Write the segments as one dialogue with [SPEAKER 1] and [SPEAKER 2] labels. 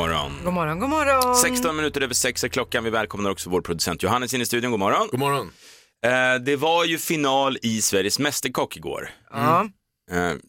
[SPEAKER 1] morgon.
[SPEAKER 2] God morgon, god morgon.
[SPEAKER 1] 16 minuter över 6 är klockan. Vi välkomnar också vår producent Johannes in i studion. God morgon.
[SPEAKER 3] God morgon.
[SPEAKER 1] Eh, det var ju final i Sveriges Mästerkock igår.
[SPEAKER 2] Ja.
[SPEAKER 1] Eh, men-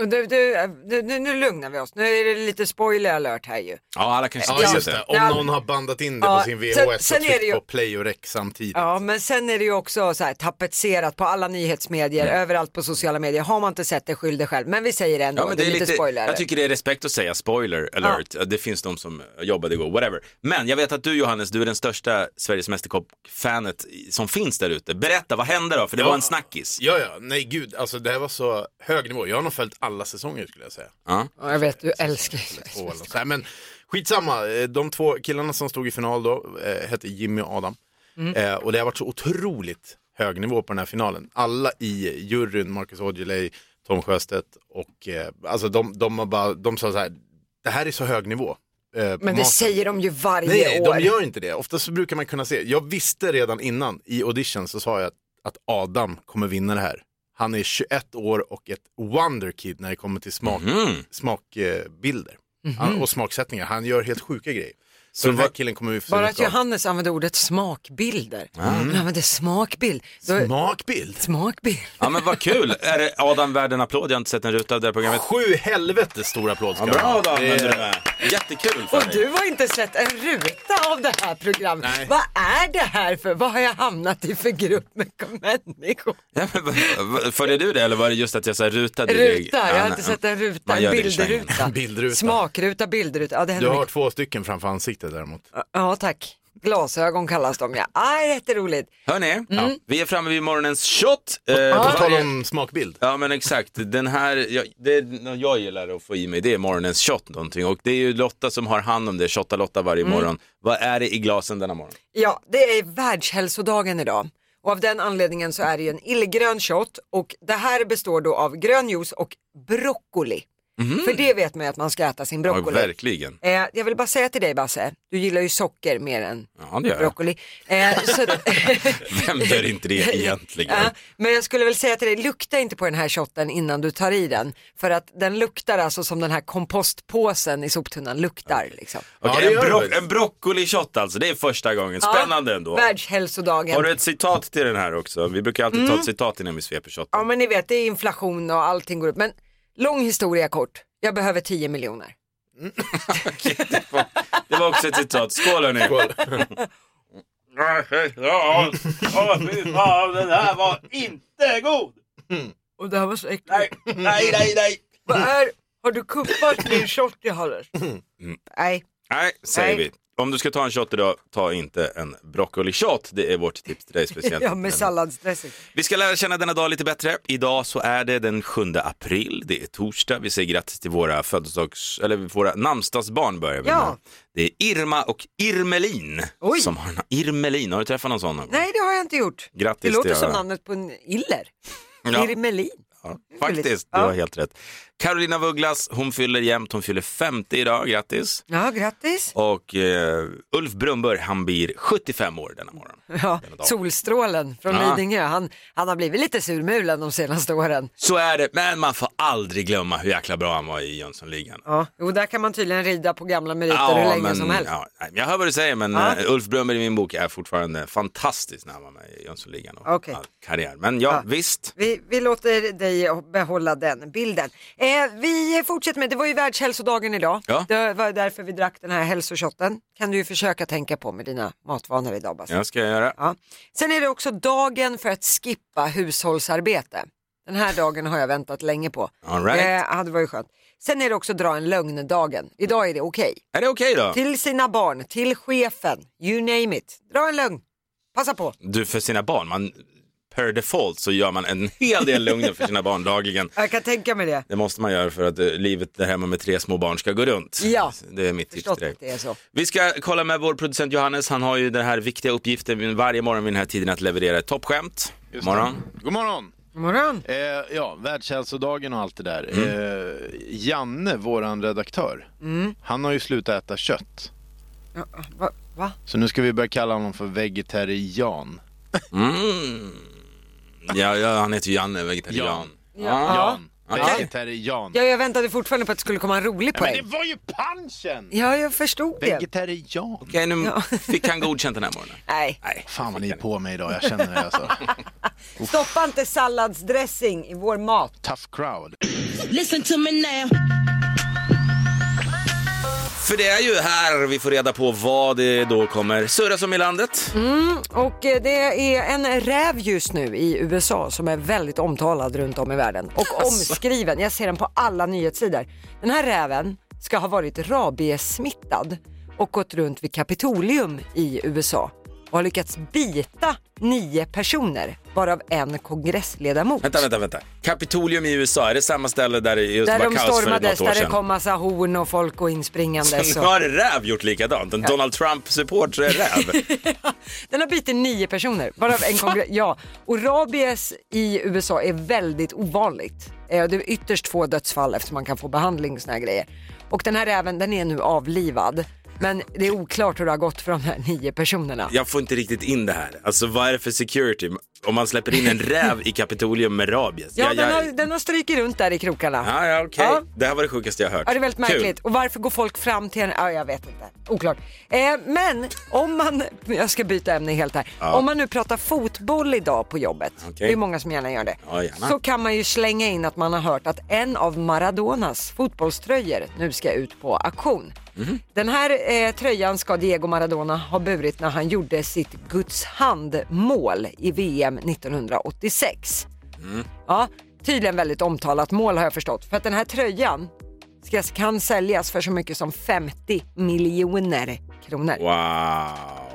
[SPEAKER 2] Och du, du, du, nu, nu lugnar vi oss. Nu är det lite spoiler alert här ju.
[SPEAKER 1] ja, alla kanske inte
[SPEAKER 3] Ja,
[SPEAKER 1] har
[SPEAKER 3] just
[SPEAKER 1] sett
[SPEAKER 3] det.
[SPEAKER 1] det.
[SPEAKER 3] Om
[SPEAKER 2] Ja.
[SPEAKER 3] någon har bandat in det
[SPEAKER 2] Ja,
[SPEAKER 3] på sin
[SPEAKER 2] sen-
[SPEAKER 3] VHS
[SPEAKER 2] sen
[SPEAKER 3] och
[SPEAKER 2] är det ju-
[SPEAKER 3] tryckt på play och rec samtidigt.
[SPEAKER 2] Ja, men sen är det ju också så här tapetserat på alla nyhetsmedier, överallt på sociala medier. Har man inte sett det, skyll dig själv. Men vi säger det ändå,
[SPEAKER 1] Ja, men
[SPEAKER 2] det är lite, spoiler
[SPEAKER 1] jag
[SPEAKER 2] alert.
[SPEAKER 1] tycker det är respekt att säga spoiler alert. Det finns de som jobbade igår, whatever. Men jag vet att du Johannes, du är den största Sveriges Mästerkock-fanet i- som finns där ute. Berätta, vad hände då? För det
[SPEAKER 3] Ja.
[SPEAKER 1] var en snackis.
[SPEAKER 3] Ja, ja. Nej, gud. Alltså, det här var så hög nivå. Jag har nog följt alla säsonger skulle jag säga.
[SPEAKER 1] Ja.
[SPEAKER 2] Ja, jag vet, du älskar ju
[SPEAKER 3] Två eller något så här. Men skitsamma. Eh, De två killarna som stod i final då eh, hette Jimmy och Adam.
[SPEAKER 2] Mm.
[SPEAKER 3] Eh, och det har varit så otroligt hög nivå på den här finalen. Alla i juryn, Marcus Aujalay, Tom Sjöstedt och eh, alltså de, de, har bara, de sa så här, det här är så hög nivå. eh, på
[SPEAKER 2] Men det
[SPEAKER 3] maten."
[SPEAKER 2] säger de ju varje
[SPEAKER 3] Nej,
[SPEAKER 2] år.
[SPEAKER 3] de gör inte det. Ofta så brukar man kunna se. Jag visste redan innan i audition så sa jag att, att Adam kommer vinna det här. Han är 21 år och ett wonderkid när det kommer till smak,
[SPEAKER 1] Mm.
[SPEAKER 3] smakbilder
[SPEAKER 2] Mhm.
[SPEAKER 3] och smaksättningar. Han gör helt sjuka grejer. Så,
[SPEAKER 1] Så
[SPEAKER 3] den här
[SPEAKER 1] vad-
[SPEAKER 3] killen kommer vi få se
[SPEAKER 2] Bara
[SPEAKER 3] mycket
[SPEAKER 2] att
[SPEAKER 3] av.
[SPEAKER 2] Johannes använder ordet smakbilder. Han använder smakbild. Då,
[SPEAKER 3] Smakbild?
[SPEAKER 2] smakbild.
[SPEAKER 1] ja, men vad kul. Är det Adam värd en applåd? Jag har inte sett en ruta av det här programmet.
[SPEAKER 3] Sju helvetes stor applåd ska
[SPEAKER 1] Ja,
[SPEAKER 3] jag ha.
[SPEAKER 1] bra då
[SPEAKER 3] Det är-
[SPEAKER 1] använder du det. Jättekul för
[SPEAKER 2] Och
[SPEAKER 1] dig.
[SPEAKER 2] du har inte sett en ruta av det här programmet.
[SPEAKER 3] Nej.
[SPEAKER 2] Vad är det här för, vad har jag hamnat i för grupp med människor?
[SPEAKER 1] Ja, men, vad- vad- Följer du det eller var det just att jag sa ruta? du-
[SPEAKER 2] Ruta, jag har
[SPEAKER 1] Ja,
[SPEAKER 2] inte
[SPEAKER 1] nej,
[SPEAKER 2] sett en ruta,
[SPEAKER 1] Man
[SPEAKER 2] en
[SPEAKER 1] gör det i Schengen.
[SPEAKER 2] bildruta.
[SPEAKER 3] Bildruta.
[SPEAKER 2] Smakruta, bildruta, ja det
[SPEAKER 3] Du
[SPEAKER 2] händer
[SPEAKER 3] har
[SPEAKER 2] mycket.
[SPEAKER 3] två stycken framför ansiktet däremot.
[SPEAKER 2] Ja tack, glasögon kallas de ja. Aj, jätteroligt.
[SPEAKER 1] Hör ni?
[SPEAKER 2] Mm.
[SPEAKER 1] Vi är framme vid morgonens shot. Eh,
[SPEAKER 3] På
[SPEAKER 1] varje-
[SPEAKER 3] tal om smakbild.
[SPEAKER 1] Ja men exakt, den här, jag, det är något jag gillar att få i mig det är morgonens shot någonting och det är ju Lotta som har hand om det, shotta Lotta varje
[SPEAKER 2] Mm.
[SPEAKER 1] morgon. Vad är det i glasen denna morgon?
[SPEAKER 2] Ja, det är världshälsodagen idag. Och av den anledningen så är det ju en illgrön shot och det här består då av grön juice och broccoli. För det vet man ju att man ska äta sin
[SPEAKER 1] Mhm. Ja,
[SPEAKER 2] broccoli.
[SPEAKER 1] verkligen.
[SPEAKER 2] Eh, jag vill bara säga till dig Basse, du gillar ju socker mer än
[SPEAKER 1] Ja det gör jag.
[SPEAKER 2] broccoli. Eh, så att,
[SPEAKER 1] Vem gör inte det egentligen?
[SPEAKER 2] Ja, men jag skulle väl säga till dig, lukta inte på den här shotten innan du tar i den. För att den luktar alltså som den här kompostpåsen i soptunnan luktar. Liksom.
[SPEAKER 1] Okej,
[SPEAKER 3] Ja, det
[SPEAKER 1] en,
[SPEAKER 3] gör
[SPEAKER 1] bro-
[SPEAKER 3] det.
[SPEAKER 1] en broccoli shot alltså, det är första gången. Spännande ändå.
[SPEAKER 2] Världshälsodagen.
[SPEAKER 1] Har du ett citat till den här också? Vi brukar alltid ta ett citat innan vi sveper shotten.
[SPEAKER 2] Mm. Ja men ni vet, det är inflation och allting går upp. Men lång historia kort, jag behöver 10 miljoner.
[SPEAKER 1] Det var också ett citat. Skål hörni!
[SPEAKER 3] Skål.
[SPEAKER 1] Ja, åh, fy fan, den här var inte god!
[SPEAKER 2] Och det här var så äckligt.
[SPEAKER 1] nej, nej, nej!
[SPEAKER 2] Vad är, har du kuppat min shot i Halles?
[SPEAKER 1] Mm.
[SPEAKER 2] Nej.
[SPEAKER 1] Nej, säger
[SPEAKER 2] Nej.
[SPEAKER 1] vi. Om du ska ta en shot idag, ta inte en broccoli-shot. Det är vårt tips till dig speciellt.
[SPEAKER 2] Ja med salladsdressing.
[SPEAKER 1] Vi ska lära känna denna dag lite bättre. Idag så är det den 7 april, det är torsdag. Vi säger grattis till våra födelsedags, eller våra namnsdagsbarn börjar vi
[SPEAKER 2] Ja.
[SPEAKER 1] med. Det är Irma och Irmelin
[SPEAKER 2] Oj.
[SPEAKER 1] som har na- Irmelin, har du träffat någon sån någon gång?
[SPEAKER 2] Nej det har jag inte gjort.
[SPEAKER 1] Grattis
[SPEAKER 2] det låter
[SPEAKER 1] till
[SPEAKER 2] som
[SPEAKER 1] alla.
[SPEAKER 2] namnet på en iller.
[SPEAKER 1] Ja.
[SPEAKER 2] Irmelin.
[SPEAKER 1] Ja, faktiskt, du
[SPEAKER 2] Ja.
[SPEAKER 1] har helt rätt. Carolina Vugglas, hon fyller jämnt, hon fyller 50 idag, grattis.
[SPEAKER 2] Ja grattis.
[SPEAKER 1] Och eh, Ulf Brumberg, han blir 75 år denna morgon.
[SPEAKER 2] Ja,
[SPEAKER 1] Denna dag.
[SPEAKER 2] solstrålen från
[SPEAKER 1] Ja.
[SPEAKER 2] Lidingö. Han, han har blivit lite surmulen de senaste åren.
[SPEAKER 1] Så är det, men man får aldrig glömma hur jäkla bra han var i Jönssonligan.
[SPEAKER 2] Ja. Jo, där kan man tydligen rida på gamla meriter hur länge som helst.
[SPEAKER 1] ja, nej, jag hör vad du säger, men
[SPEAKER 2] Ja.
[SPEAKER 1] eh, Ulf Brummer i min bok är fortfarande fantastisk när han var med i Jönssonligan och
[SPEAKER 2] Okej.
[SPEAKER 1] all karriär. Men ja,
[SPEAKER 2] Ja.
[SPEAKER 1] visst.
[SPEAKER 2] Vi, vi låter dig behålla den bilden. Eh, vi fortsätter med, det var ju världshälsodagen idag.
[SPEAKER 1] Ja.
[SPEAKER 2] Det var därför vi drack den här hälsoshotten. Kan du ju försöka tänka på med dina matvanor idag Basse.
[SPEAKER 1] Jag ska göra.
[SPEAKER 2] Ja. Sen är det också dagen för att skippa hushållsarbete. Den här dagen har jag väntat länge på.
[SPEAKER 1] All right.
[SPEAKER 2] Eh, ja, det var ju skönt. Sen är det också dra en lögn-dagen. Idag är det okej.
[SPEAKER 1] Är det okej då?
[SPEAKER 2] Till sina barn, till chefen, you name it. Dra en lögn. Passa på.
[SPEAKER 1] Du, för sina barn, man, per default så gör man en hel del lögner för sina barn dagligen.
[SPEAKER 2] Jag kan tänka mig det.
[SPEAKER 1] Det måste man göra för att eh, livet där hemma med tre små barn ska gå runt.
[SPEAKER 2] Ja.
[SPEAKER 1] Det är mitt tips
[SPEAKER 2] Förstått
[SPEAKER 1] till dig.
[SPEAKER 2] att det är så.
[SPEAKER 1] Vi ska kolla med vår producent Johannes. Han har ju den här viktiga uppgiften varje morgon vid den här tiden att leverera ett toppskämt. God morgon.
[SPEAKER 3] God morgon.
[SPEAKER 2] God morgon.
[SPEAKER 3] Eh, ja, Världshälsodagen och allt det där.
[SPEAKER 1] Mm.
[SPEAKER 3] Eh, Janne, våran redaktör,
[SPEAKER 2] Mm.
[SPEAKER 3] han har ju slutat äta kött.
[SPEAKER 2] Ja, va? va?
[SPEAKER 3] Så nu ska vi börja kalla honom för vegetarian.
[SPEAKER 1] Mm. Ja, ja, han heter ju Janne, vegetarian.
[SPEAKER 3] Jan.
[SPEAKER 2] Ja.
[SPEAKER 3] Jan. Vegetarian.
[SPEAKER 2] Ja, jag väntade fortfarande på att det skulle komma en rolig
[SPEAKER 3] Men
[SPEAKER 2] poäng.
[SPEAKER 3] det var ju punchen!
[SPEAKER 2] Ja, jag förstod det.
[SPEAKER 3] Vegetarian.
[SPEAKER 1] Okej, nu
[SPEAKER 2] Ja.
[SPEAKER 1] fick han godkänt den här morgonen.
[SPEAKER 2] Nej,
[SPEAKER 1] Nej.
[SPEAKER 3] Fan vad ni är på mig idag, jag känner det alltså.
[SPEAKER 2] stoppa inte salladsdressing i vår mat.
[SPEAKER 3] Tough crowd.
[SPEAKER 4] Listen to me now.
[SPEAKER 1] För det är ju här vi får reda på vad det då kommer surras om i landet.
[SPEAKER 2] Mm. Och eh, det är en räv just nu i USA som är väldigt omtalad runt om i världen
[SPEAKER 1] Alltså.
[SPEAKER 2] och omskriven. Jag ser den på alla nyhetssidor. Den här räven ska ha varit rabiessmittad och gått runt vid Kapitolium i USA och har lyckats bita nio personer, varav en kongressledamot.
[SPEAKER 1] Vänta, vänta, vänta. Kapitolium i USA, är det samma ställe där det just
[SPEAKER 2] Där
[SPEAKER 1] var
[SPEAKER 2] de
[SPEAKER 1] kaos för något år
[SPEAKER 2] stormades,
[SPEAKER 1] sedan?
[SPEAKER 2] där det kom massa horn och folk och inspringande.
[SPEAKER 1] Sen har räv gjort likadant. En Donald Trump-support så är räv.
[SPEAKER 2] Den har bitit nio personer, varav en kongress. Ja, och rabies i USA är väldigt ovanligt. Eh, Det är ytterst få dödsfall eftersom man kan få behandling och såna här grejer. Och den här räven, den är nu avlivad. Men det är oklart hur det har gått för de här nio personerna.
[SPEAKER 1] Jag får inte riktigt in det här. Alltså vad är det för security om man släpper in en räv i Kapitolium med rabies?
[SPEAKER 2] Ja,
[SPEAKER 1] jag,
[SPEAKER 2] den har,
[SPEAKER 1] jag...
[SPEAKER 2] den har strykit runt där i krokarna.
[SPEAKER 1] Ja, ja, okej.
[SPEAKER 2] Ja.
[SPEAKER 1] Det här var det sjukaste jag har hört.
[SPEAKER 2] Ja, det är väldigt märkligt. Och varför går folk fram till en... Ja, jag vet inte. Oklart. Eh, men om man... Jag ska byta ämne helt här. Om man nu pratar fotboll idag på jobbet,
[SPEAKER 1] Okej.
[SPEAKER 2] det är många som gärna gör det,
[SPEAKER 1] Ja, gärna.
[SPEAKER 2] så kan man ju slänga in att man har hört att en av Maradonas fotbollströjor nu ska ut på auktion.
[SPEAKER 1] Mhm.
[SPEAKER 2] Den här eh, tröjan ska Diego Maradona ha burit när han gjorde sitt Guds hand-mål i VM 1986. Ja, tydligen väldigt omtalat mål har jag förstått. För att den här tröjan ska, kan säljas för så mycket som 50 miljoner kronor.
[SPEAKER 1] Wow.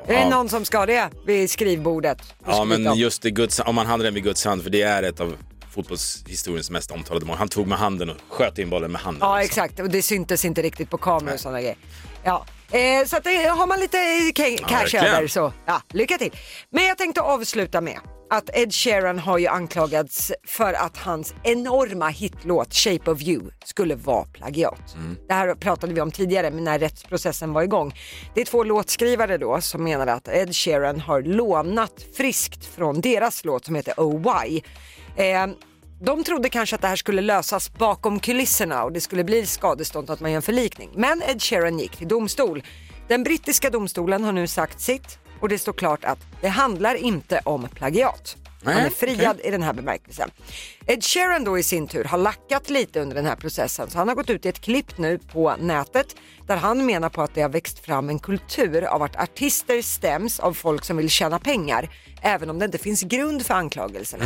[SPEAKER 2] Är det
[SPEAKER 1] Ja.
[SPEAKER 2] någon som ska ha det vid skrivbordet? och
[SPEAKER 1] Ja,
[SPEAKER 2] skryta
[SPEAKER 1] men
[SPEAKER 2] om?
[SPEAKER 1] just det, Guds, om man hade den vid Guds hand, för det är ett av fotbollshistoriens mest omtalade mål. Han tog med handen och sköt in bollen med handen.
[SPEAKER 2] Ja,
[SPEAKER 1] liksom.
[SPEAKER 2] exakt. Och det syntes inte riktigt på kameror och sådana grejer. Ja. Eh, så att det, har man lite eh, ca- cash
[SPEAKER 1] verkligen.
[SPEAKER 2] över så ja, lycka till. Men jag tänkte avsluta med att Ed Sheeran har ju anklagats för att hans enorma hitlåt Shape of You skulle vara plagiat.
[SPEAKER 1] Mm.
[SPEAKER 2] Det här pratade vi om tidigare men när rättsprocessen var igång. Det är två låtskrivare då som menar att Ed Sheeran har lånat friskt från deras låt som heter Oh Why. Eh, de trodde kanske att det här skulle lösas bakom kulisserna och det skulle bli skadestånd och att man gör en förlikning. Men Ed Sheeran gick till domstol. Den brittiska domstolen har nu sagt sitt och det står klart att det handlar inte om plagiat. Han är
[SPEAKER 1] Nej,
[SPEAKER 2] friad i den här bemärkelsen. Ed Sheeran då i sin tur har lackat lite under den här processen så han har gått ut i ett klipp nu på nätet där han menar på att det har växt fram en kultur av att artister stäms av folk som vill tjäna pengar även om det inte finns grund för anklagelserna.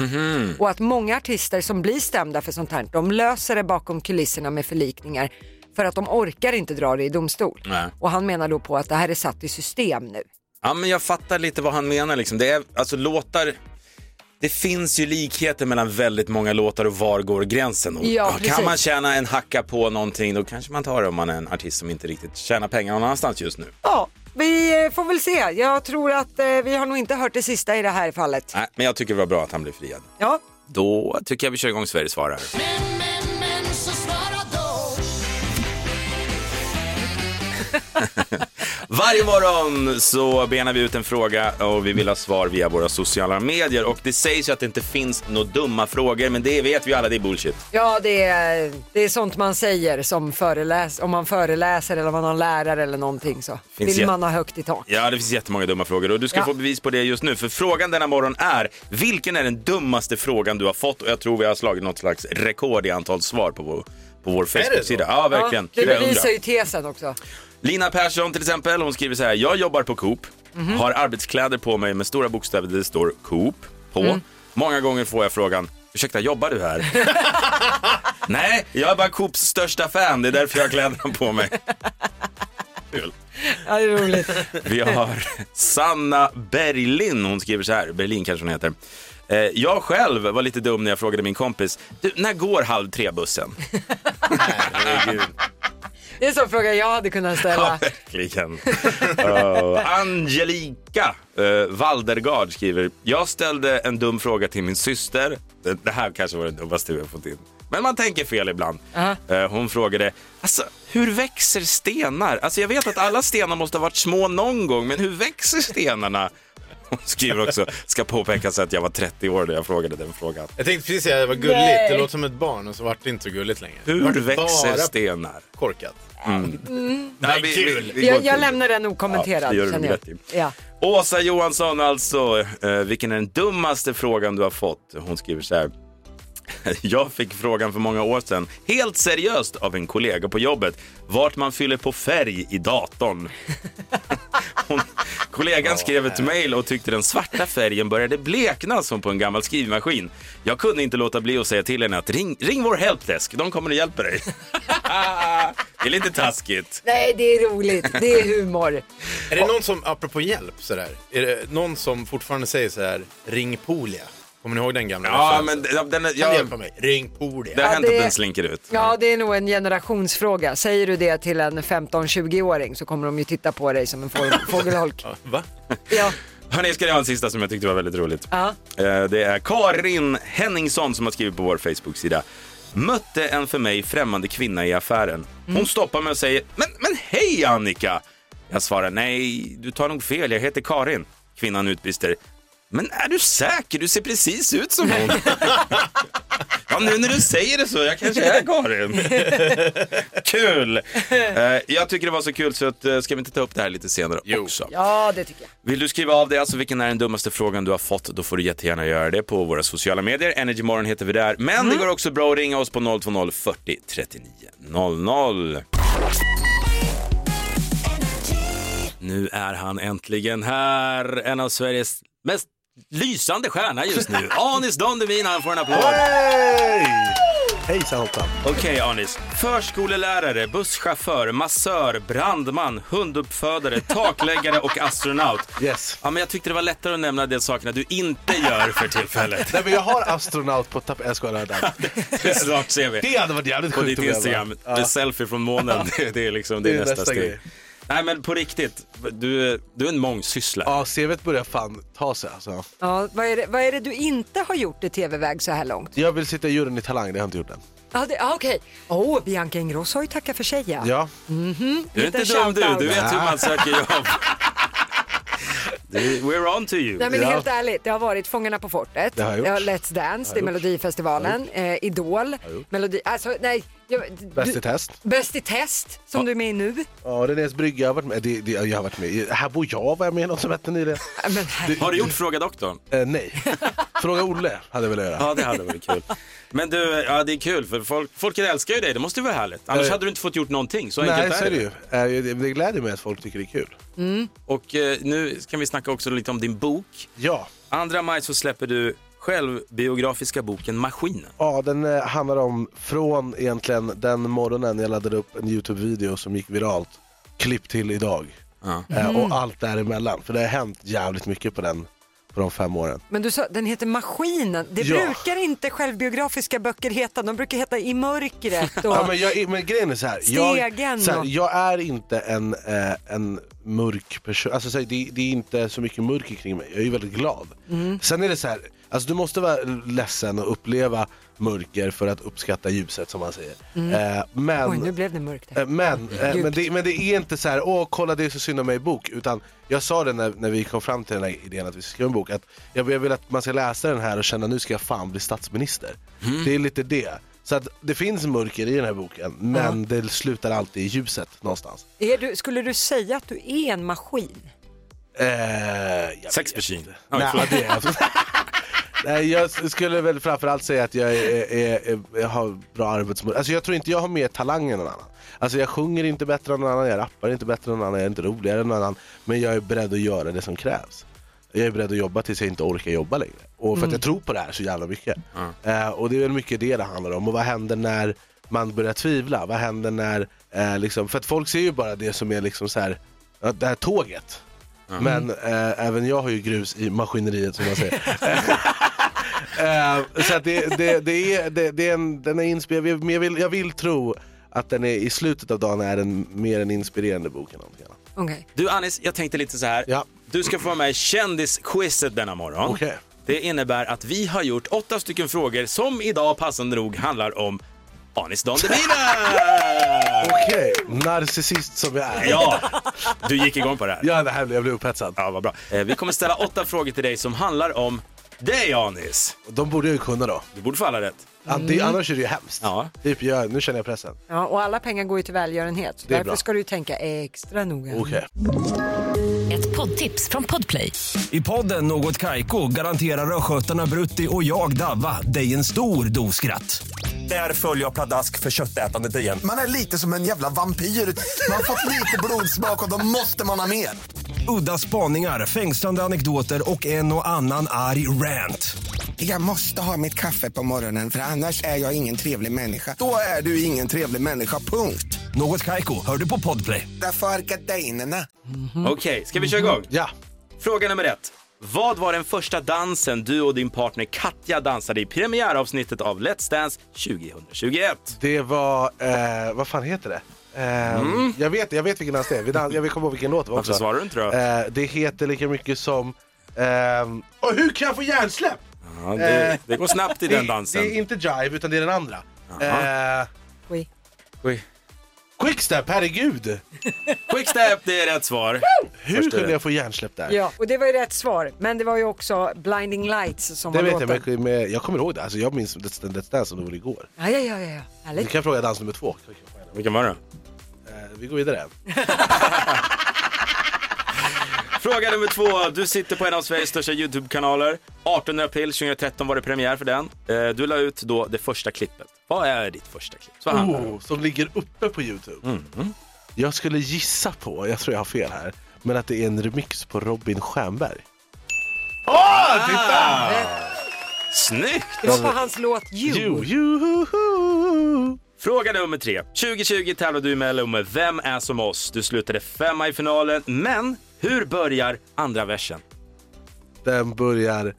[SPEAKER 2] Och att många artister som blir stämda för sånt här de löser det bakom kulisserna med förlikningar för att de orkar inte dra det i domstol.
[SPEAKER 1] Nej.
[SPEAKER 2] Och han menar då på att det här är satt i system nu.
[SPEAKER 1] Ja, men jag fattar lite vad han menar. Liksom. Det är, alltså låtar... Det finns ju likheter mellan väldigt många låtar och var går gränsen? Och,
[SPEAKER 2] Ja, precis.
[SPEAKER 1] kan man tjäna en hacka på någonting då kanske man tar det om man är en artist som inte riktigt tjänar pengar någon annanstans just nu.
[SPEAKER 2] Ja, vi eh, får väl se. Jag tror att eh, vi har nog inte hört det sista i det här fallet.
[SPEAKER 1] Nej, men jag tycker det var bra att han blev friad.
[SPEAKER 2] Ja,
[SPEAKER 1] Då tycker jag vi kör igång Sverige svarar.
[SPEAKER 4] Men, men, men, så svara då.
[SPEAKER 1] Varje morgon så benar vi ut en fråga och vi vill ha svar via våra sociala medier. Och det sägs ju att det inte finns några dumma frågor, men det vet vi alla, det är bullshit.
[SPEAKER 2] ja det, är, det är sånt man säger som föreläs, om man föreläser eller om man har en lärare eller någonting så
[SPEAKER 1] Finns
[SPEAKER 2] vill
[SPEAKER 1] jä-
[SPEAKER 2] man ha högt i tak.
[SPEAKER 1] Ja, det finns jättemånga dumma frågor och du ska
[SPEAKER 2] Ja.
[SPEAKER 1] få bevis på det just nu. För frågan denna morgon är, vilken är den dummaste frågan du har fått? Och jag tror vi har slagit något slags rekord i antal svar på vår, på vår
[SPEAKER 3] det så?
[SPEAKER 1] Facebook-sida. Ja, verkligen.
[SPEAKER 2] Ja, det
[SPEAKER 1] 400.
[SPEAKER 2] bevisar ju tesen också.
[SPEAKER 1] Lina Persson till exempel, hon skriver så här. Jag jobbar på Coop,
[SPEAKER 2] Mhm.
[SPEAKER 1] har arbetskläder på mig med stora bokstäver där det står Coop på.
[SPEAKER 2] Mm.
[SPEAKER 1] Många gånger får jag frågan, ursäkta jobbar du här? Nej, jag är bara Coops största fan, det är därför jag har kläderna på mig. Kul.
[SPEAKER 2] Ja, det är roligt.
[SPEAKER 1] Vi har Sanna Berglin, hon skriver så här, Berlin kanske hon heter. Eh, Jag själv var lite dum när jag frågade min kompis, du, när går halv tre-bussen?
[SPEAKER 3] Herregud.
[SPEAKER 2] Det är en sån fråga jag hade kunnat
[SPEAKER 1] Ja,
[SPEAKER 2] ställa.
[SPEAKER 1] verkligen. Oh. Angelica eh, Waldergard skriver, jag ställde en dum fråga till min syster. Det, det här kanske var det dummaste vi har fått in. Men man tänker fel ibland. Eh, Hon frågade, alltså, hur växer stenar? Alltså, jag vet att alla stenar måste ha varit små någon gång, men hur växer stenarna? Hon skriver också, ska påpekas att jag var 30 år när jag frågade den frågan.
[SPEAKER 3] Jag tänkte precis säga att det var gulligt,
[SPEAKER 5] Nej.
[SPEAKER 3] det låter som ett barn och så vart det inte så gulligt längre. Det
[SPEAKER 1] Hur
[SPEAKER 3] vart
[SPEAKER 1] växer
[SPEAKER 3] bara
[SPEAKER 1] stenar?
[SPEAKER 3] korkat.
[SPEAKER 2] Mm.
[SPEAKER 1] Nej,
[SPEAKER 3] vi- vi-
[SPEAKER 1] går
[SPEAKER 2] Jag, jag
[SPEAKER 1] till-
[SPEAKER 2] lämnar den okommenterad.
[SPEAKER 1] Ja, det gör du
[SPEAKER 2] känner jag.
[SPEAKER 1] rätt i.
[SPEAKER 2] Ja.
[SPEAKER 1] Åsa Johansson alltså, eh, vilken är den dummaste frågan du har fått? Hon skriver så här. Jag fick frågan för många år sedan, helt seriöst av en kollega på jobbet, vart man fyller på färg i datorn. Hon, kollegan skrev ett mejl och tyckte den svarta färgen började blekna som på en gammal skrivmaskin. Jag kunde inte låta bli att säga till henne att ring, ring vår helpdesk, de kommer och hjälper dig. det är lite taskigt.
[SPEAKER 2] Nej, det är roligt. Det är humor.
[SPEAKER 3] Är det någon som, apropå hjälp sådär, är det någon som fortfarande säger sådär, ring Polia? Kommer ni ihåg den gamla
[SPEAKER 1] Ja,
[SPEAKER 3] referensen?
[SPEAKER 1] men den, den,
[SPEAKER 3] Kan du
[SPEAKER 1] jag,
[SPEAKER 3] hjälpa mig? Ring Polia.
[SPEAKER 1] det har hänt
[SPEAKER 2] det-
[SPEAKER 1] att den slinker ut.
[SPEAKER 2] Ja, det är nog en generationsfråga. Säger du det till en 15-20-åring så kommer de ju titta på dig som en fåg- fågelholk.
[SPEAKER 3] Va?
[SPEAKER 2] Ja.
[SPEAKER 1] Hörni, ska jag ha en sista som jag tyckte var väldigt roligt.
[SPEAKER 2] Ja.
[SPEAKER 1] Eh, Det är Karin Henningsson som har skrivit på vår Facebook-sida. Mötte en för mig främmande kvinna i affären. Hon stoppar mig och säger men, men hej Annika! Jag svarar nej, du tar nog fel, jag heter Karin. Kvinnan utbrister men är du säker? Du ser precis ut som hon. ja, nu när du säger det så, jag kanske är Karin. kul! Eh, jag tycker det var så kul så att, eh, ska vi inte ta upp det här lite senare
[SPEAKER 3] Jo.
[SPEAKER 1] också?
[SPEAKER 2] ja, det tycker jag.
[SPEAKER 1] Vill du skriva av dig, alltså vilken är den dummaste frågan du har fått, då får du jättegärna göra det på våra sociala medier. Energymorgon heter vi där. Men det går också bra att ringa oss på 020 40 39 00. Nu är han äntligen här, en av Sveriges mest lysande stjärna just nu. Anis Don Demina, han får en applåd.
[SPEAKER 6] Hejsan hoppsan.
[SPEAKER 1] Okej Anis, förskolelärare, busschaufför, massör, brandman, hunduppfödare, takläggare och astronaut.
[SPEAKER 6] Yes.
[SPEAKER 1] Ja, men jag tyckte det var lättare att nämna de sakerna du inte gör för tillfället.
[SPEAKER 6] Nej men jag har astronaut på tapp... Jag skojar. där.
[SPEAKER 1] Snart ser vi.
[SPEAKER 6] Det hade varit jävligt
[SPEAKER 1] På
[SPEAKER 6] sjukt
[SPEAKER 1] ditt
[SPEAKER 6] om jag
[SPEAKER 1] Instagram,
[SPEAKER 6] var-
[SPEAKER 1] the
[SPEAKER 6] Ja.
[SPEAKER 1] selfie från månen, det, det är liksom det är nästa, steg.
[SPEAKER 6] grej.
[SPEAKER 1] Nej men på riktigt, du, du är en mångsysslare.
[SPEAKER 6] Ja, CVt börjar fan ta sig alltså.
[SPEAKER 2] Ja, vad, är det, vad är det du inte har gjort i tv-väg så här långt?
[SPEAKER 6] Jag vill sitta i juryn i Talang, det har jag inte gjort än.
[SPEAKER 2] Ja, det- ja, okej. Åh, Bianca Ingrosso har ju tackat för sig ja.
[SPEAKER 6] Ja.
[SPEAKER 1] du är inte dum
[SPEAKER 2] lite
[SPEAKER 1] du,
[SPEAKER 2] shoutout.
[SPEAKER 1] du vet hur man söker jobb. Du, we're on to you.
[SPEAKER 2] Nej men
[SPEAKER 6] Ja.
[SPEAKER 2] helt ärligt, det har varit Fångarna på fortet,
[SPEAKER 6] Det har jag gjort.
[SPEAKER 2] Let's Dance, det är Melodifestivalen, eh, Idol, Melodi, alltså nej. jag-
[SPEAKER 6] Bäst
[SPEAKER 2] du-
[SPEAKER 6] i test.
[SPEAKER 2] Bäst i test, som du är med i nu.
[SPEAKER 6] Ja, Renés brygga har varit med. Det, det, jag har varit med. i- Här bor jag var jag med i något som hette nyligen.
[SPEAKER 2] Ja, Men här,
[SPEAKER 6] Du-
[SPEAKER 1] Har du gjort Fråga doktorn?
[SPEAKER 6] Eh, nej. Fråga Olle hade jag velat göra.
[SPEAKER 1] Ja, det hade varit kul. Men du, ja det är kul för folk, folk älskar ju dig, det måste ju vara härligt. Annars
[SPEAKER 6] Eh.
[SPEAKER 1] hade du inte fått gjort någonting, så enkelt
[SPEAKER 6] Nej, så är det ju. Eh, det- Det gläder mig att folk tycker det är kul.
[SPEAKER 1] Och eh, nu kan vi snacka också lite om din bok.
[SPEAKER 6] Ja.
[SPEAKER 1] 2 maj så släpper du självbiografiska boken Maskinen.
[SPEAKER 6] Ja, den eh, handlar om från egentligen den morgonen jag laddade upp en Youtube-video som gick viralt, klipp till idag.
[SPEAKER 1] Ja.
[SPEAKER 2] Mm.
[SPEAKER 6] Eh, och allt däremellan. För det har hänt jävligt mycket på den, på de fem åren.
[SPEAKER 2] men du sa, den heter Maskinen. Det
[SPEAKER 6] Ja.
[SPEAKER 2] brukar inte självbiografiska böcker heta, de brukar heta I mörkret och...
[SPEAKER 6] Ja, men, jag, är- men grejen är så här.
[SPEAKER 2] Stegen
[SPEAKER 6] Jag, så här,
[SPEAKER 2] och-
[SPEAKER 6] jag är inte en, eh, en mörk person. Alltså, så här, det, det är inte så mycket mörker kring mig. Jag är ju väldigt glad.
[SPEAKER 2] Mm.
[SPEAKER 6] Sen är det så här. Alltså, du måste vara ledsen och uppleva mörker för att uppskatta ljuset som man säger. Eh, men...
[SPEAKER 2] Mm. Oj, nu blev det mörkt här.
[SPEAKER 6] Eh, Men, eh, men, det, men det är inte så här, åh kolla det är så synd om mig bok. Utan jag sa det när, när vi kom fram till den här idén att vi ska skriva en bok. Att jag, jag vill att man ska läsa den här och känna nu ska jag fan bli statsminister. Det är lite det. Så att det finns mörker i den här boken men det slutar alltid i ljuset någonstans.
[SPEAKER 2] Är du, skulle du säga att du är en maskin?
[SPEAKER 6] Eh, jag vet
[SPEAKER 1] Sexmaskin.
[SPEAKER 6] inte.
[SPEAKER 1] Oj,
[SPEAKER 6] Nej,
[SPEAKER 1] förlåt.
[SPEAKER 6] det är jag. Nej, jag skulle väl framförallt säga att jag, är, är, är, jag har bra arbetsmoral. Alltså jag tror inte jag har mer talang än någon annan. Alltså jag sjunger inte bättre än någon annan, jag rappar inte bättre än någon annan, jag är inte roligare än någon annan. Men jag är beredd att göra det som krävs. Jag är beredd att jobba tills jag inte orkar jobba längre. Och för att jag tror på det här så jävla mycket. Eh, och det är väl mycket det det handlar om. Och vad händer när man börjar tvivla? Vad händer när, eh, liksom, för att folk ser ju bara det som är liksom så här, ja, det här tåget. Men eh, även jag har ju grus i maskineriet som man säger. Eh, så att det, det, det är, det, det är en, den är inspirerande, men jag vill, jag vill tro att den är i slutet av dagen är den mer en inspirerande bok än någonting annat.
[SPEAKER 2] Okej.
[SPEAKER 1] Du Anis, jag tänkte lite så här.
[SPEAKER 6] Ja.
[SPEAKER 1] Du ska få vara med i kändisquizet denna morgon.
[SPEAKER 6] Okej.
[SPEAKER 1] Det innebär att vi har gjort åtta stycken frågor som idag passande nog handlar om Anis Don Demina!
[SPEAKER 6] Okej, narcissist som jag är.
[SPEAKER 1] Ja, du gick igång på det här.
[SPEAKER 6] Ja, det här blev, jag blev upphetsad.
[SPEAKER 1] Ja, vad bra. Eh, Vi kommer ställa åtta frågor till dig som handlar om dig Anis.
[SPEAKER 6] De borde jag ju kunna då.
[SPEAKER 1] Du borde få alla rätt.
[SPEAKER 6] An- det- Annars är det ju hemskt.
[SPEAKER 1] Mm. Ja.
[SPEAKER 6] Typ, jag, nu känner jag pressen.
[SPEAKER 2] Ja, och alla pengar går ju till välgörenhet. Så
[SPEAKER 6] Det är
[SPEAKER 2] därför
[SPEAKER 6] bra.
[SPEAKER 2] ska du ju tänka extra noga.
[SPEAKER 6] Okej.
[SPEAKER 5] Ett poddtips från Podplay.
[SPEAKER 7] I podden Något Kaiko garanterar östgötarna Brutti och jag, Davva, dig en stor dos skratt. Där följer jag pladask för köttätandet igen.
[SPEAKER 8] Man är lite som en jävla vampyr. Man har fått lite blodsmak och då måste man ha mer.
[SPEAKER 7] Udda spaningar, fängslande anekdoter och en och annan arg rant.
[SPEAKER 8] Jag måste ha mitt kaffe på morgonen för annars är jag ingen trevlig människa. Då är du ingen trevlig människa, punkt.
[SPEAKER 7] Något Kaiko, hör du på Podplay.
[SPEAKER 8] Därför är gardinerna.
[SPEAKER 6] Mm.
[SPEAKER 1] Okej, ska vi köra igång?
[SPEAKER 6] Ja.
[SPEAKER 1] Fråga nummer ett. Vad var den första dansen du och din partner Katja dansade i premiäravsnittet av Let's Dance 2021?
[SPEAKER 6] Det var, eh, vad fan heter det? Eh, jag, vet, jag vet vilken dans det är, Vi dan- jag vet komma ihåg vilken låt det var
[SPEAKER 1] Mm. Varför
[SPEAKER 6] också.
[SPEAKER 1] svarar du inte då?
[SPEAKER 6] Eh, det heter lika mycket som... ehm, och hur kan jag få hjärnsläpp?
[SPEAKER 1] Ja, det, Eh, det går snabbt i den dansen.
[SPEAKER 6] Det, det är inte jive utan det är den andra. Eh,
[SPEAKER 2] Oj.
[SPEAKER 1] Oj.
[SPEAKER 6] quickstep, herregud!
[SPEAKER 1] Quickstep, det är rätt svar.
[SPEAKER 6] Hur
[SPEAKER 1] Förstår
[SPEAKER 6] kunde
[SPEAKER 1] jag.
[SPEAKER 6] jag få hjärnsläpp där?
[SPEAKER 2] Ja, och det var ju rätt svar. Men det var ju också Blinding Lights som
[SPEAKER 6] Det
[SPEAKER 2] var
[SPEAKER 6] vet
[SPEAKER 2] låten.
[SPEAKER 6] jag, men, men jag kommer ihåg det. Alltså, jag minns Let's Dance- Let's Dance som det var igår.
[SPEAKER 2] Ja, ja, ja, ja, ja.
[SPEAKER 6] Du
[SPEAKER 2] Härligt.
[SPEAKER 6] kan fråga dans nummer två.
[SPEAKER 1] Vilken var det?
[SPEAKER 6] Eh, vi går vidare.
[SPEAKER 1] Fråga nummer två. Du sitter på en av Sveriges största YouTube-kanaler. 18 april 2013 var det premiär för den. Eh, Du la ut då det första klippet. Vad är ditt första klipp? Så handlar det om.
[SPEAKER 6] Oh, som ligger uppe på Youtube. Jag skulle gissa på, jag tror jag har fel här, men att det är en remix på Robin Stjernberg. Åh, titta!
[SPEAKER 1] Snyggt!
[SPEAKER 2] Det var på hans låt You.
[SPEAKER 6] You, you,
[SPEAKER 1] Fråga nummer tre. 2020 tävlade du i Mello med Vem är som oss? Du slutade femma i finalen, men hur börjar andra versen?
[SPEAKER 6] Den börjar...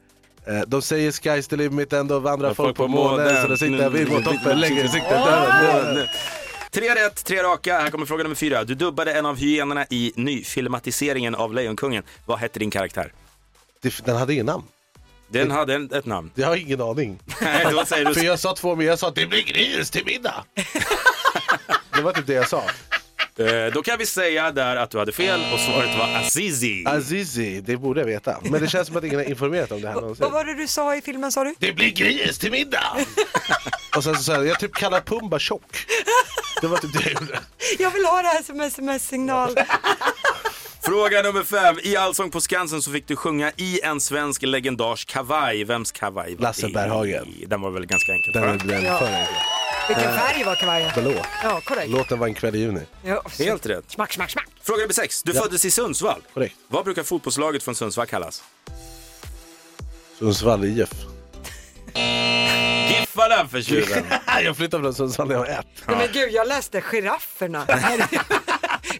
[SPEAKER 6] Eh, de säger sky's the limit, ändå vandrar
[SPEAKER 1] Ja,
[SPEAKER 6] folk på månen. Mm. Så då siktar vi på toppen, lägger siktet över månen.
[SPEAKER 1] Tre rätt, tre raka. Här kommer fråga nummer fyra. Du dubbade en av hyenorna i nyfilmatiseringen av Lejonkungen. Vad hette din karaktär?
[SPEAKER 6] Det- Den hade ingen namn.
[SPEAKER 1] Den hade en, ett namn.
[SPEAKER 6] Jag har ingen aning.
[SPEAKER 1] Nej, då säger
[SPEAKER 6] För
[SPEAKER 1] du...
[SPEAKER 6] jag sa två, men jag sa det blir gris till middag. det var typ det jag sa.
[SPEAKER 1] Eh, Då kan vi säga där att du hade fel och svaret var Azizi.
[SPEAKER 6] Azizi, det borde jag veta. Men det känns som att ingen har informerat om det här någonsin.
[SPEAKER 2] Vad var det du sa i filmen sa du?
[SPEAKER 6] Det blir gris till middag! Och sen så sa jag, jag typ kallar Pumba tjock. Det var typ det jag gjorde.
[SPEAKER 2] Jag vill ha det här som sms-signal.
[SPEAKER 1] Fråga nummer fem. I Allsång på Skansen så fick du sjunga i en svensk legendars kavaj. Vems kavaj var
[SPEAKER 6] Lasse
[SPEAKER 1] det?
[SPEAKER 6] Berghagen.
[SPEAKER 1] Den var väl ganska enkel?
[SPEAKER 6] Den
[SPEAKER 1] va?
[SPEAKER 6] är den
[SPEAKER 2] Ja.
[SPEAKER 6] för enkel.
[SPEAKER 2] Vilken färg var kavajen?
[SPEAKER 6] Blå.
[SPEAKER 2] Ja, korrekt.
[SPEAKER 6] Låten var en kväll i juni.
[SPEAKER 2] Ja,
[SPEAKER 1] Helt rätt.
[SPEAKER 2] Smack, smack, smack.
[SPEAKER 1] Fråga nummer sex. Du föddes i Sundsvall.
[SPEAKER 6] Korrekt.
[SPEAKER 1] Vad brukar fotbollslaget från Sundsvall kallas?
[SPEAKER 6] Sundsvall IF.
[SPEAKER 1] Giffarna för tjuven!
[SPEAKER 6] jag flyttade från Sundsvall när jag var ett.
[SPEAKER 2] Nej, men gud, jag läste girafferna.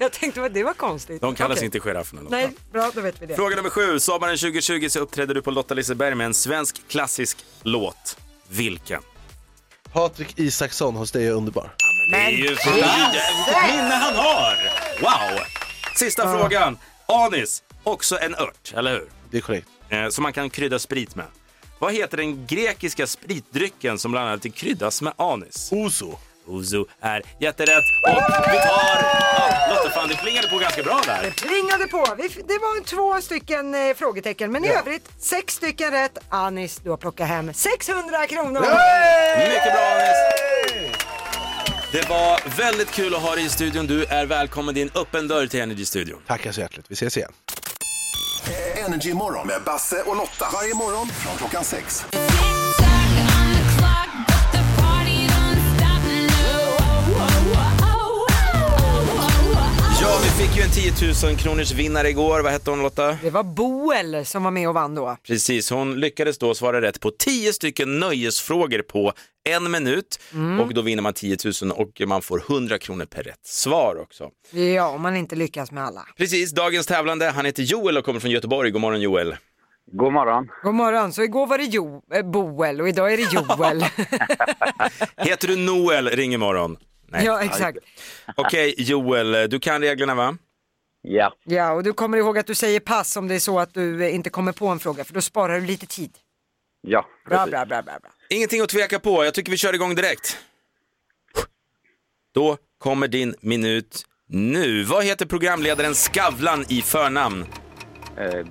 [SPEAKER 2] jag tänkte vad det var konstigt.
[SPEAKER 1] De kallas
[SPEAKER 2] Okej.
[SPEAKER 1] inte girafferna. Lotta.
[SPEAKER 2] Nej, bra, då vet vi det.
[SPEAKER 1] Fråga nummer sju. Sommaren 2020 så uppträdde du på Lotta Liseberg med en svensk klassisk låt. Vilken?
[SPEAKER 6] Patrik Isaksson hos dig är underbar.
[SPEAKER 1] Det är ju så jävligt minne han har! Wow! Sista frågan. Anis, också en ört, eller hur?
[SPEAKER 6] Det är korrekt.
[SPEAKER 1] eh, som man kan krydda sprit med. Vad heter den grekiska spritdrycken som bland annat kryddas med anis?
[SPEAKER 6] Oso.
[SPEAKER 1] Ouzo är jätterätt och vi tar... Ja, Lotta, fan det plingade på ganska bra där.
[SPEAKER 2] Plingade på. Vi, f- det var två stycken eh, frågetecken, men i övrigt sex stycken rätt. Anis, du har plockat hem 600 kronor.
[SPEAKER 1] Mycket bra Anis. Det var väldigt kul att ha dig i studion. Du är välkommen. Det är en öppen dörr till Energy-studion.
[SPEAKER 6] Tackar så hjärtligt. Vi ses igen.
[SPEAKER 9] Energy morgon med Basse och Lotta. Varje morgon från klockan sex.
[SPEAKER 1] Ja, vi fick ju en 10 000 kronors vinnare igår. Vad hette hon Lotta?
[SPEAKER 2] Det var Boel som var med och vann då.
[SPEAKER 1] Precis, hon lyckades då svara rätt på 10 stycken nöjesfrågor på en minut och då vinner man 10 000 och man får 100 kronor per rätt svar också.
[SPEAKER 2] Ja, om man inte lyckas med alla.
[SPEAKER 1] Precis, dagens tävlande, han heter Joel och kommer från Göteborg. God morgon Joel.
[SPEAKER 10] God morgon.
[SPEAKER 2] God morgon, så igår var det jo, eh, Boel och idag är det Joel.
[SPEAKER 1] Heter du Noel, ring imorgon. Nej.
[SPEAKER 2] ja, exakt.
[SPEAKER 1] Okej Joel, eh, du kan reglerna va?
[SPEAKER 10] Ja,
[SPEAKER 2] Ja, och du kommer ihåg att du säger pass om det är så att du eh, inte kommer på en fråga, för då sparar du lite tid.
[SPEAKER 10] ja,
[SPEAKER 2] Bra,
[SPEAKER 10] precis.
[SPEAKER 2] bra, bra, bra. bra.
[SPEAKER 1] Ingenting att tveka på, jag tycker vi kör igång direkt. Då kommer din minut nu. Vad heter programledaren Skavlan i förnamn?
[SPEAKER 10] eh,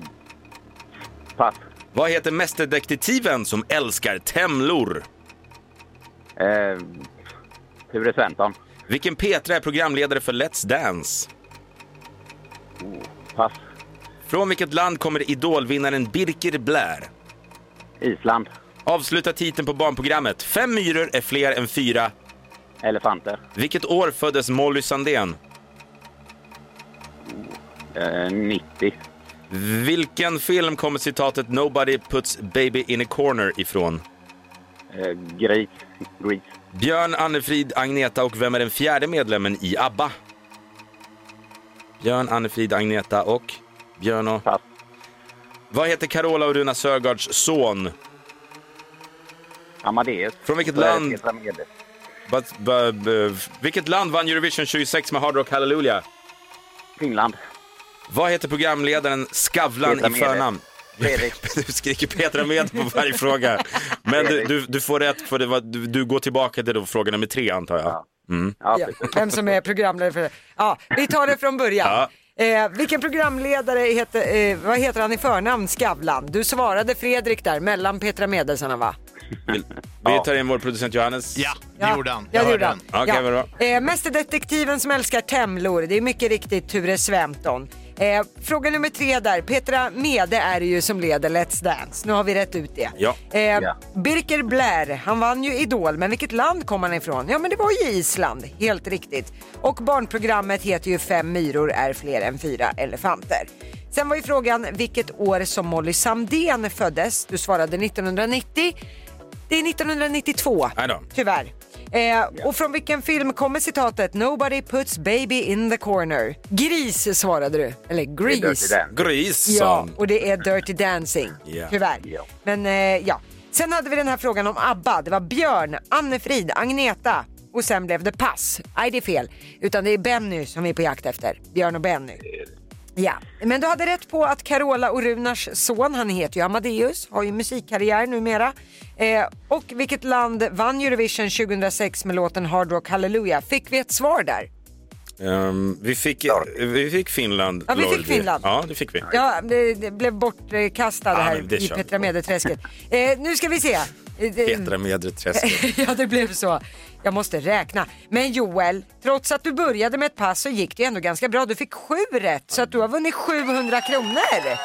[SPEAKER 10] pass.
[SPEAKER 1] Vad heter mästerdetektiven som älskar temlor?
[SPEAKER 10] Eh, Ture Sventon.
[SPEAKER 1] Vilken Petra är programledare för Let's Dance?
[SPEAKER 10] Pass.
[SPEAKER 1] Från vilket land kommer idolvinnaren Birger Blair?
[SPEAKER 10] Island.
[SPEAKER 1] Avsluta titeln på barnprogrammet. Fem myror är fler än fyra.
[SPEAKER 10] Elefanter.
[SPEAKER 1] Vilket år föddes Molly Sandén?
[SPEAKER 10] Eh, 90.
[SPEAKER 1] Vilken film kommer citatet “Nobody puts baby in a corner” ifrån?
[SPEAKER 10] Eh, Gris. Gris.
[SPEAKER 1] Björn, Annefrid, Agneta och vem är den fjärde medlemmen i ABBA? Björn, Annefrid, Agneta och Björn och...
[SPEAKER 10] Pass.
[SPEAKER 1] Vad heter Carola och Runa Sögaards son?
[SPEAKER 10] Amadeus.
[SPEAKER 1] Från vilket
[SPEAKER 10] Eh,
[SPEAKER 1] land?
[SPEAKER 10] Petra Mede.
[SPEAKER 1] But, but, but, vilket land vann Eurovision 26 med Hard Rock Hallelujah?
[SPEAKER 10] Finland.
[SPEAKER 1] Vad heter programledaren Skavlan
[SPEAKER 10] Petra
[SPEAKER 1] i
[SPEAKER 10] Mede.
[SPEAKER 1] förnamn?
[SPEAKER 10] Fredrik.
[SPEAKER 1] Du skriker Petra med på varje fråga. Men du, du, du får rätt, för det var, du, du går tillbaka till då fråga nummer tre antar jag. Mm.
[SPEAKER 10] Ja,
[SPEAKER 2] Ja,
[SPEAKER 10] precis.
[SPEAKER 2] vem som är programledare för det. Ja, vi tar det från början. Eh, vilken programledare heter, eh, vad heter han i förnamn, Skavlan? Du svarade Fredrik där, mellan Petra Medelsarna va?
[SPEAKER 1] Vi, vi tar in vår producent Johannes.
[SPEAKER 3] Ja, det gjorde han.
[SPEAKER 2] Ja,
[SPEAKER 3] Jag
[SPEAKER 2] det
[SPEAKER 3] hörde
[SPEAKER 2] gjorde han.
[SPEAKER 3] den.
[SPEAKER 1] den. Okej, vad bra.
[SPEAKER 2] Eh, mästerdetektiven som älskar temlor, det är mycket riktigt Ture Sventon. Eh, fråga nummer tre där, Petra Mede är det ju som leder Let's Dance. Nu har vi rätt ut det.
[SPEAKER 1] Ja.
[SPEAKER 2] Eh,
[SPEAKER 10] Ja.
[SPEAKER 2] Birker Blair, han vann ju Idol, men vilket land kom han ifrån? Ja, men det var ju Island, helt riktigt. Och barnprogrammet heter ju Fem myror är fler än fyra elefanter. Sen var ju frågan vilket år som Molly Sandén föddes. Du svarade 1990. Det är 1992,
[SPEAKER 1] Nej då.
[SPEAKER 2] tyvärr. Eh, Och från vilken film kommer citatet “Nobody puts baby in the corner”? Gris svarade du, eller
[SPEAKER 10] Det är Dirty
[SPEAKER 2] Grease.
[SPEAKER 10] Dancing.
[SPEAKER 1] Gris
[SPEAKER 2] Ja,
[SPEAKER 1] sa
[SPEAKER 2] och det är Dirty Dancing,
[SPEAKER 1] Ja.
[SPEAKER 2] tyvärr.
[SPEAKER 10] Ja.
[SPEAKER 2] Men eh, ja. Sen hade vi den här frågan om ABBA. Det var Björn, Annefrid, Agneta och sen blev det pass. Nej, det är fel. Utan det är Benny som vi är på jakt efter. Björn och Benny. Ja, men du hade rätt på att Carola och Runars son, han heter ju Amadeus, har ju musikkarriär numera. Eh, och vilket land vann Eurovision 2006 med låten Hard Rock Hallelujah? Fick vi ett svar där?
[SPEAKER 1] Ehm, vi, fick, vi fick Finland.
[SPEAKER 2] Ja, vi fick
[SPEAKER 1] Lordi.
[SPEAKER 2] Finland.
[SPEAKER 1] Ja, det fick vi.
[SPEAKER 2] Ja, det, det blev bortkastad
[SPEAKER 1] Ja, men
[SPEAKER 2] här
[SPEAKER 1] det
[SPEAKER 2] i
[SPEAKER 1] kör
[SPEAKER 2] Petra
[SPEAKER 1] vi.
[SPEAKER 2] Mede-träsket. Eh, nu ska vi se. Eh, det-
[SPEAKER 1] Petra med träsket.
[SPEAKER 2] ja, det blev så. Jag måste räkna. Men Joel, trots att du började med ett pass så gick det ändå ganska bra. Du fick sju rätt, så att du har vunnit 700 kronor.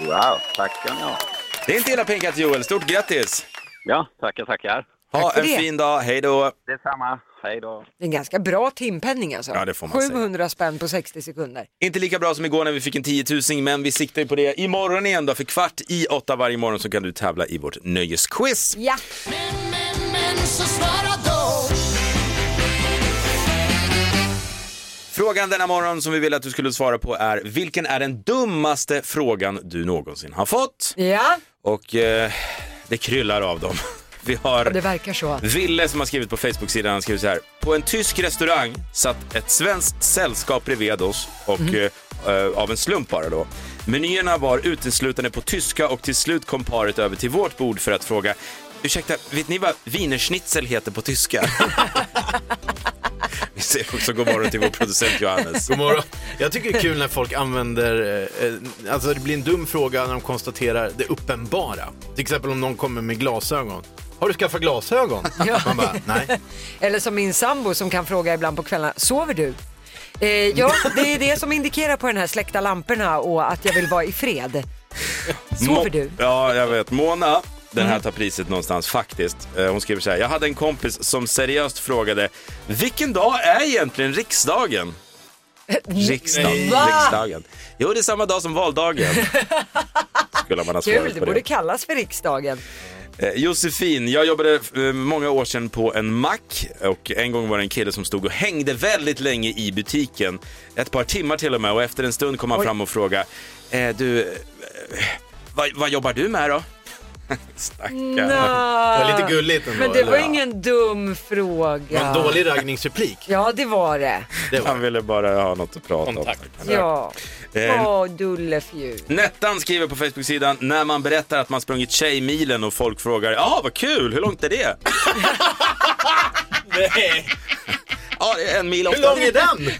[SPEAKER 10] Wow, tack ska ni ha.
[SPEAKER 1] Det är inte illa pinkat Joel, stort grattis!
[SPEAKER 10] Ja, tackar, tackar.
[SPEAKER 1] Ha
[SPEAKER 2] för
[SPEAKER 1] en
[SPEAKER 2] det.
[SPEAKER 1] fin dag, hej då!
[SPEAKER 10] Detsamma. Hej då.
[SPEAKER 2] Det är en ganska bra timpenning alltså.
[SPEAKER 1] Ja, det får man säga.
[SPEAKER 2] 700 spänn på 60 sekunder.
[SPEAKER 1] Inte lika bra som igår när vi fick en 10 000 men vi siktar ju på det imorgon igen då, för kvart i åtta varje morgon så kan du tävla i vårt nöjesquiz.
[SPEAKER 2] Ja,
[SPEAKER 4] Men, men, men så svara då.
[SPEAKER 1] Frågan denna morgon som vi ville att du skulle svara på är vilken är den dummaste frågan du någonsin har fått?
[SPEAKER 2] ja.
[SPEAKER 1] Och eh, det kryllar av dem. Vi har
[SPEAKER 2] det verkar så.
[SPEAKER 1] Ville som har skrivit på Facebook-sidan han skriver så här. På en tysk restaurang satt ett svenskt sällskap bredvid oss och eh, eh, av en slump bara då. Menyerna var uteslutande på tyska och till slut kom paret över till vårt bord för att fråga Ursäkta, vet ni vad wienerschnitzel heter på tyska? Vi säger också god morgon till vår producent Johannes.
[SPEAKER 3] God morgon. Jag tycker det är kul när folk använder, eh, eh, alltså det blir en dum fråga när de konstaterar det uppenbara. Till exempel om någon kommer med glasögon. Har du skaffat glasögon? Man bara, nej.
[SPEAKER 2] Eller som min sambo som kan fråga ibland på kvällarna, sover du? Eh, ja, det är det som indikerar på den här släckta lamporna och att jag vill vara i fred. Sover
[SPEAKER 1] Mo-
[SPEAKER 2] du?
[SPEAKER 1] Ja, jag vet. Mona, den här tar priset någonstans faktiskt. Eh, Hon skriver så här. Jag hade en kompis som seriöst frågade vilken dag är egentligen riksdagen? Riksdagen.
[SPEAKER 2] Va?
[SPEAKER 1] riksdagen. Jo, det är samma dag som valdagen. Skulle man ha
[SPEAKER 2] Kul,
[SPEAKER 1] svarat
[SPEAKER 2] det
[SPEAKER 1] på
[SPEAKER 2] borde
[SPEAKER 1] det.
[SPEAKER 2] kallas för riksdagen.
[SPEAKER 1] Eh, Josefin, jag jobbade eh, många år sedan på en mack och en gång var det en kille som stod och hängde väldigt länge i butiken. Ett par timmar till och med och efter en stund kom han fram och frågade. "Eh, Du, eh, vad, vad jobbar du med då? Stackarn.
[SPEAKER 3] Det var lite gulligt ändå.
[SPEAKER 2] Men det var
[SPEAKER 3] eller?
[SPEAKER 2] ingen dum
[SPEAKER 3] Det var
[SPEAKER 2] fråga.
[SPEAKER 3] en dålig raggningsreplik.
[SPEAKER 2] Ja, det var det.
[SPEAKER 3] Det var.
[SPEAKER 1] Han ville bara ha något att prata
[SPEAKER 3] Kontakt.
[SPEAKER 1] om.
[SPEAKER 2] Ja.
[SPEAKER 1] Eh,
[SPEAKER 2] Åh, Dullefjul.
[SPEAKER 1] Nettan skriver på Facebook-sidan när man berättar att man sprungit Tjejmilen och folk frågar “Jaha, vad kul, hur långt är det?” Nej. Ja, det är en mil
[SPEAKER 3] Hur lång är den?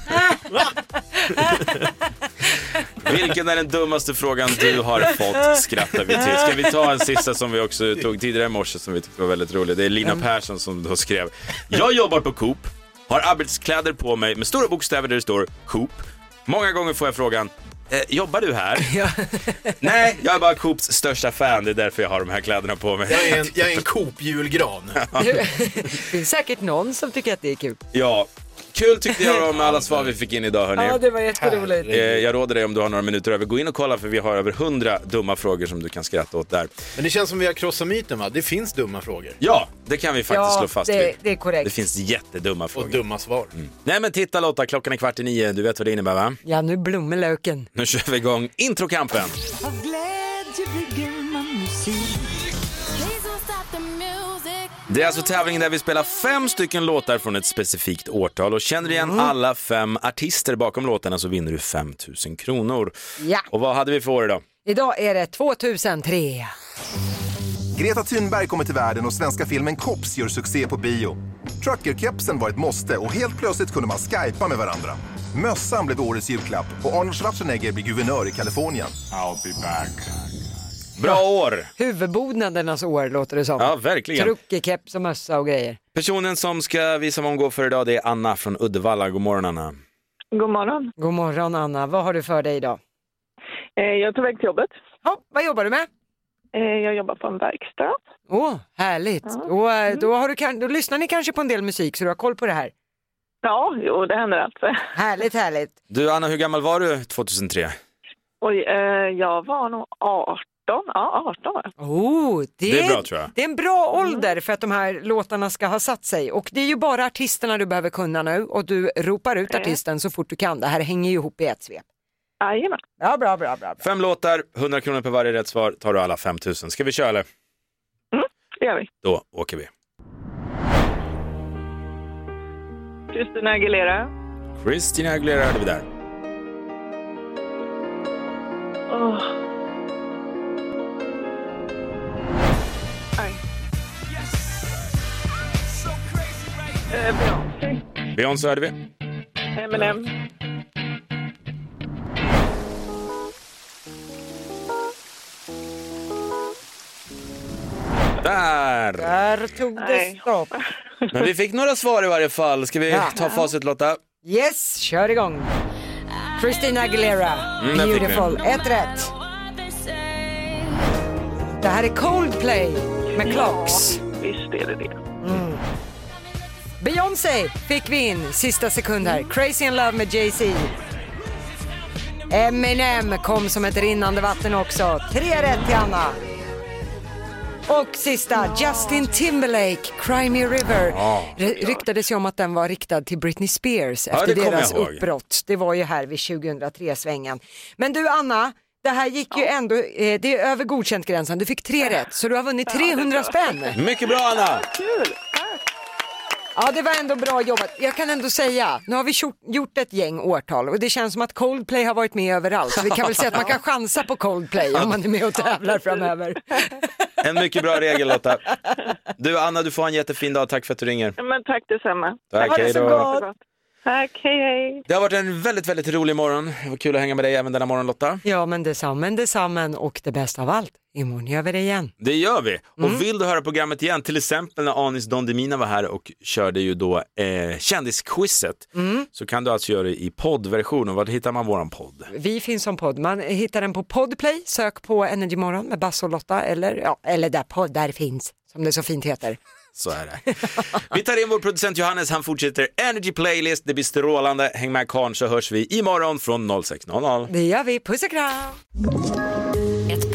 [SPEAKER 1] Vilken är den dummaste frågan du har fått skrattar vi till. Ska vi ta en sista som vi också tog tidigare i morse som vi tyckte var väldigt rolig. Det är Lina
[SPEAKER 2] Mm.
[SPEAKER 1] Persson som då skrev. Jag jobbar på Coop, har arbetskläder på mig med stora bokstäver där det står Coop. Många gånger får jag frågan Eh, jobbar du här? Nej, jag är bara Coops största fan. Det är därför jag har de här kläderna på mig.
[SPEAKER 3] Jag är en, jag är en Coop-julgran.
[SPEAKER 2] Det är säkert någon som tycker att det är kul.
[SPEAKER 1] Ja, kul tyckte jag om alla svar vi fick in idag hörni.
[SPEAKER 2] Ja, det var jätteroligt.
[SPEAKER 1] Eh, Jag råder dig om du har några minuter över, gå in och kolla för vi har över hundra dumma frågor som du kan skratta åt där.
[SPEAKER 3] Men det känns som vi har krossat myten va? Det finns dumma frågor.
[SPEAKER 1] Ja, det kan vi faktiskt
[SPEAKER 2] Ja,
[SPEAKER 1] slå fast
[SPEAKER 2] det-
[SPEAKER 1] vid.
[SPEAKER 2] det är korrekt.
[SPEAKER 1] Det finns jättedumma
[SPEAKER 3] Och
[SPEAKER 1] frågor.
[SPEAKER 3] dumma svar.
[SPEAKER 1] Nej men titta Lotta, klockan är kvart i nio, du vet vad det innebär va?
[SPEAKER 2] Ja, nu blommar löken.
[SPEAKER 1] Nu kör vi igång introkampen. Det är alltså tävlingen där vi spelar fem stycken låtar från ett specifikt årtal och känner du igen
[SPEAKER 2] Mm.
[SPEAKER 1] alla fem artister bakom låtarna så vinner du 5000 kronor.
[SPEAKER 2] Ja.
[SPEAKER 1] Och vad hade vi för år idag?
[SPEAKER 2] Idag är det 2003.
[SPEAKER 9] Greta Thunberg kommer till världen och svenska filmen Kops gör succé på bio. Truckerkepsen var ett måste och helt plötsligt kunde man skypa med varandra. Mössan blev årets julklapp och Arnold Schwarzenegger blir guvernör i Kalifornien.
[SPEAKER 1] Bra år!
[SPEAKER 2] Huvudbonadernas år låter det som.
[SPEAKER 1] Ja, verkligen.
[SPEAKER 2] Trucke, keps och mössa och grejer.
[SPEAKER 1] Personen som ska visa vad hon går för idag det är Anna från Uddevalla. God morgon Anna.
[SPEAKER 11] God morgon.
[SPEAKER 2] God morgon Anna, vad har du för dig idag?
[SPEAKER 11] Eh, Jag är på väg till jobbet.
[SPEAKER 2] Ja, vad jobbar du med?
[SPEAKER 11] Eh, Jag jobbar på en verkstad.
[SPEAKER 2] Åh, härligt. Och, eh, då, har du, kan- då lyssnar ni kanske på en del musik så du har koll på det här.
[SPEAKER 11] Ja, jo, det händer alltså.
[SPEAKER 2] Härligt, härligt.
[SPEAKER 1] Du Anna, hur gammal var du 2003?
[SPEAKER 11] Oj, eh, jag var nog 18. Ja, 18 var jag.
[SPEAKER 2] Oh, det,
[SPEAKER 1] Det är bra, tror jag.
[SPEAKER 2] Det är en bra ålder för att de här låtarna ska ha satt sig. Och det är ju bara artisterna du behöver kunna nu och du ropar ut artisten så fort du kan. Det här hänger ju ihop i ett svep.
[SPEAKER 11] Jajamän.
[SPEAKER 2] Bra, bra, bra, bra. bra.
[SPEAKER 1] Fem låtar, 100 kronor per varje rätt svar. Tar du alla 5000. Ska vi köra eller?
[SPEAKER 11] Mm, det gör vi.
[SPEAKER 1] Då åker vi.
[SPEAKER 11] Christina Aguilera.
[SPEAKER 1] Christina Aguilera hörde vi där.
[SPEAKER 11] Åh. Aj. Eh, Beyoncé.
[SPEAKER 1] Beyoncé hörde vi.
[SPEAKER 11] Eminem.
[SPEAKER 1] Där!
[SPEAKER 2] Där tog det
[SPEAKER 11] Nej.
[SPEAKER 2] stopp.
[SPEAKER 1] Men vi fick några svar i varje fall. Ska vi
[SPEAKER 2] Ja.
[SPEAKER 1] ta facit Lotta?
[SPEAKER 2] Yes, kör igång. Christina Aguilera,
[SPEAKER 1] Mm, där fick vi.
[SPEAKER 2] Beautiful, ett rätt. Det här är Coldplay med Clocks.
[SPEAKER 11] Visst är det det.
[SPEAKER 2] Beyoncé fick vi in sista sekund här. Crazy in love med Jay-Z. Eminem kom som ett rinnande vatten också. Tre rätt till Anna. Och sista, Justin Timberlake, Cry Me River. Ry- ryktades ju om att den var riktad till Britney Spears efter
[SPEAKER 1] det kommer
[SPEAKER 2] deras
[SPEAKER 1] jag ihåg.
[SPEAKER 2] uppbrott. Det var ju här vid 2003-svängen. Men du Anna, det här gick ju ändå, eh, det är över godkänt gränsen. Du fick tre rätt, så du har vunnit 300 spänn.
[SPEAKER 1] Mycket bra Anna!
[SPEAKER 11] Kul! Tack!
[SPEAKER 2] Ja, det var ändå bra jobbat. Jag kan ändå säga, nu har vi gjort- gjort ett gäng årtal och det känns som att Coldplay har varit med överallt. Så vi kan väl säga att man kan chansa på Coldplay om man är med och tävlar framöver.
[SPEAKER 1] En mycket bra regel Lotta. Du Anna, du får ha en jättefin dag. Tack för att du ringer.
[SPEAKER 11] Men tack detsamma.
[SPEAKER 1] Tack,
[SPEAKER 11] ha det
[SPEAKER 1] hej
[SPEAKER 11] så
[SPEAKER 1] då.
[SPEAKER 11] gott. så gott. Tack, hej hej.
[SPEAKER 1] Det har varit en väldigt, väldigt rolig morgon. Det var kul att hänga med dig även denna morgon Lotta.
[SPEAKER 2] Ja, men detsamma, detsamma och det bästa av allt, imorgon gör vi det igen.
[SPEAKER 1] Det gör vi.
[SPEAKER 11] Mm.
[SPEAKER 1] Och vill du höra programmet igen, till exempel när Anis Don Demina var här och körde ju då eh, kändisquizet,
[SPEAKER 11] Mm.
[SPEAKER 1] så kan du alltså göra det i poddversion. Och var hittar man våran podd?
[SPEAKER 2] Vi finns som podd, man hittar den på Podplay, sök på Energy Morgon med Basse och Lotta eller, ja, eller där poddar finns, som det så fint heter.
[SPEAKER 1] Så är det. Vi tar in vår producent Johannes, han fortsätter Energy Playlist, det blir strålande. Häng med karln så hörs vi imorgon från 06.00.
[SPEAKER 2] Det gör vi, puss och kram!
[SPEAKER 5] Ett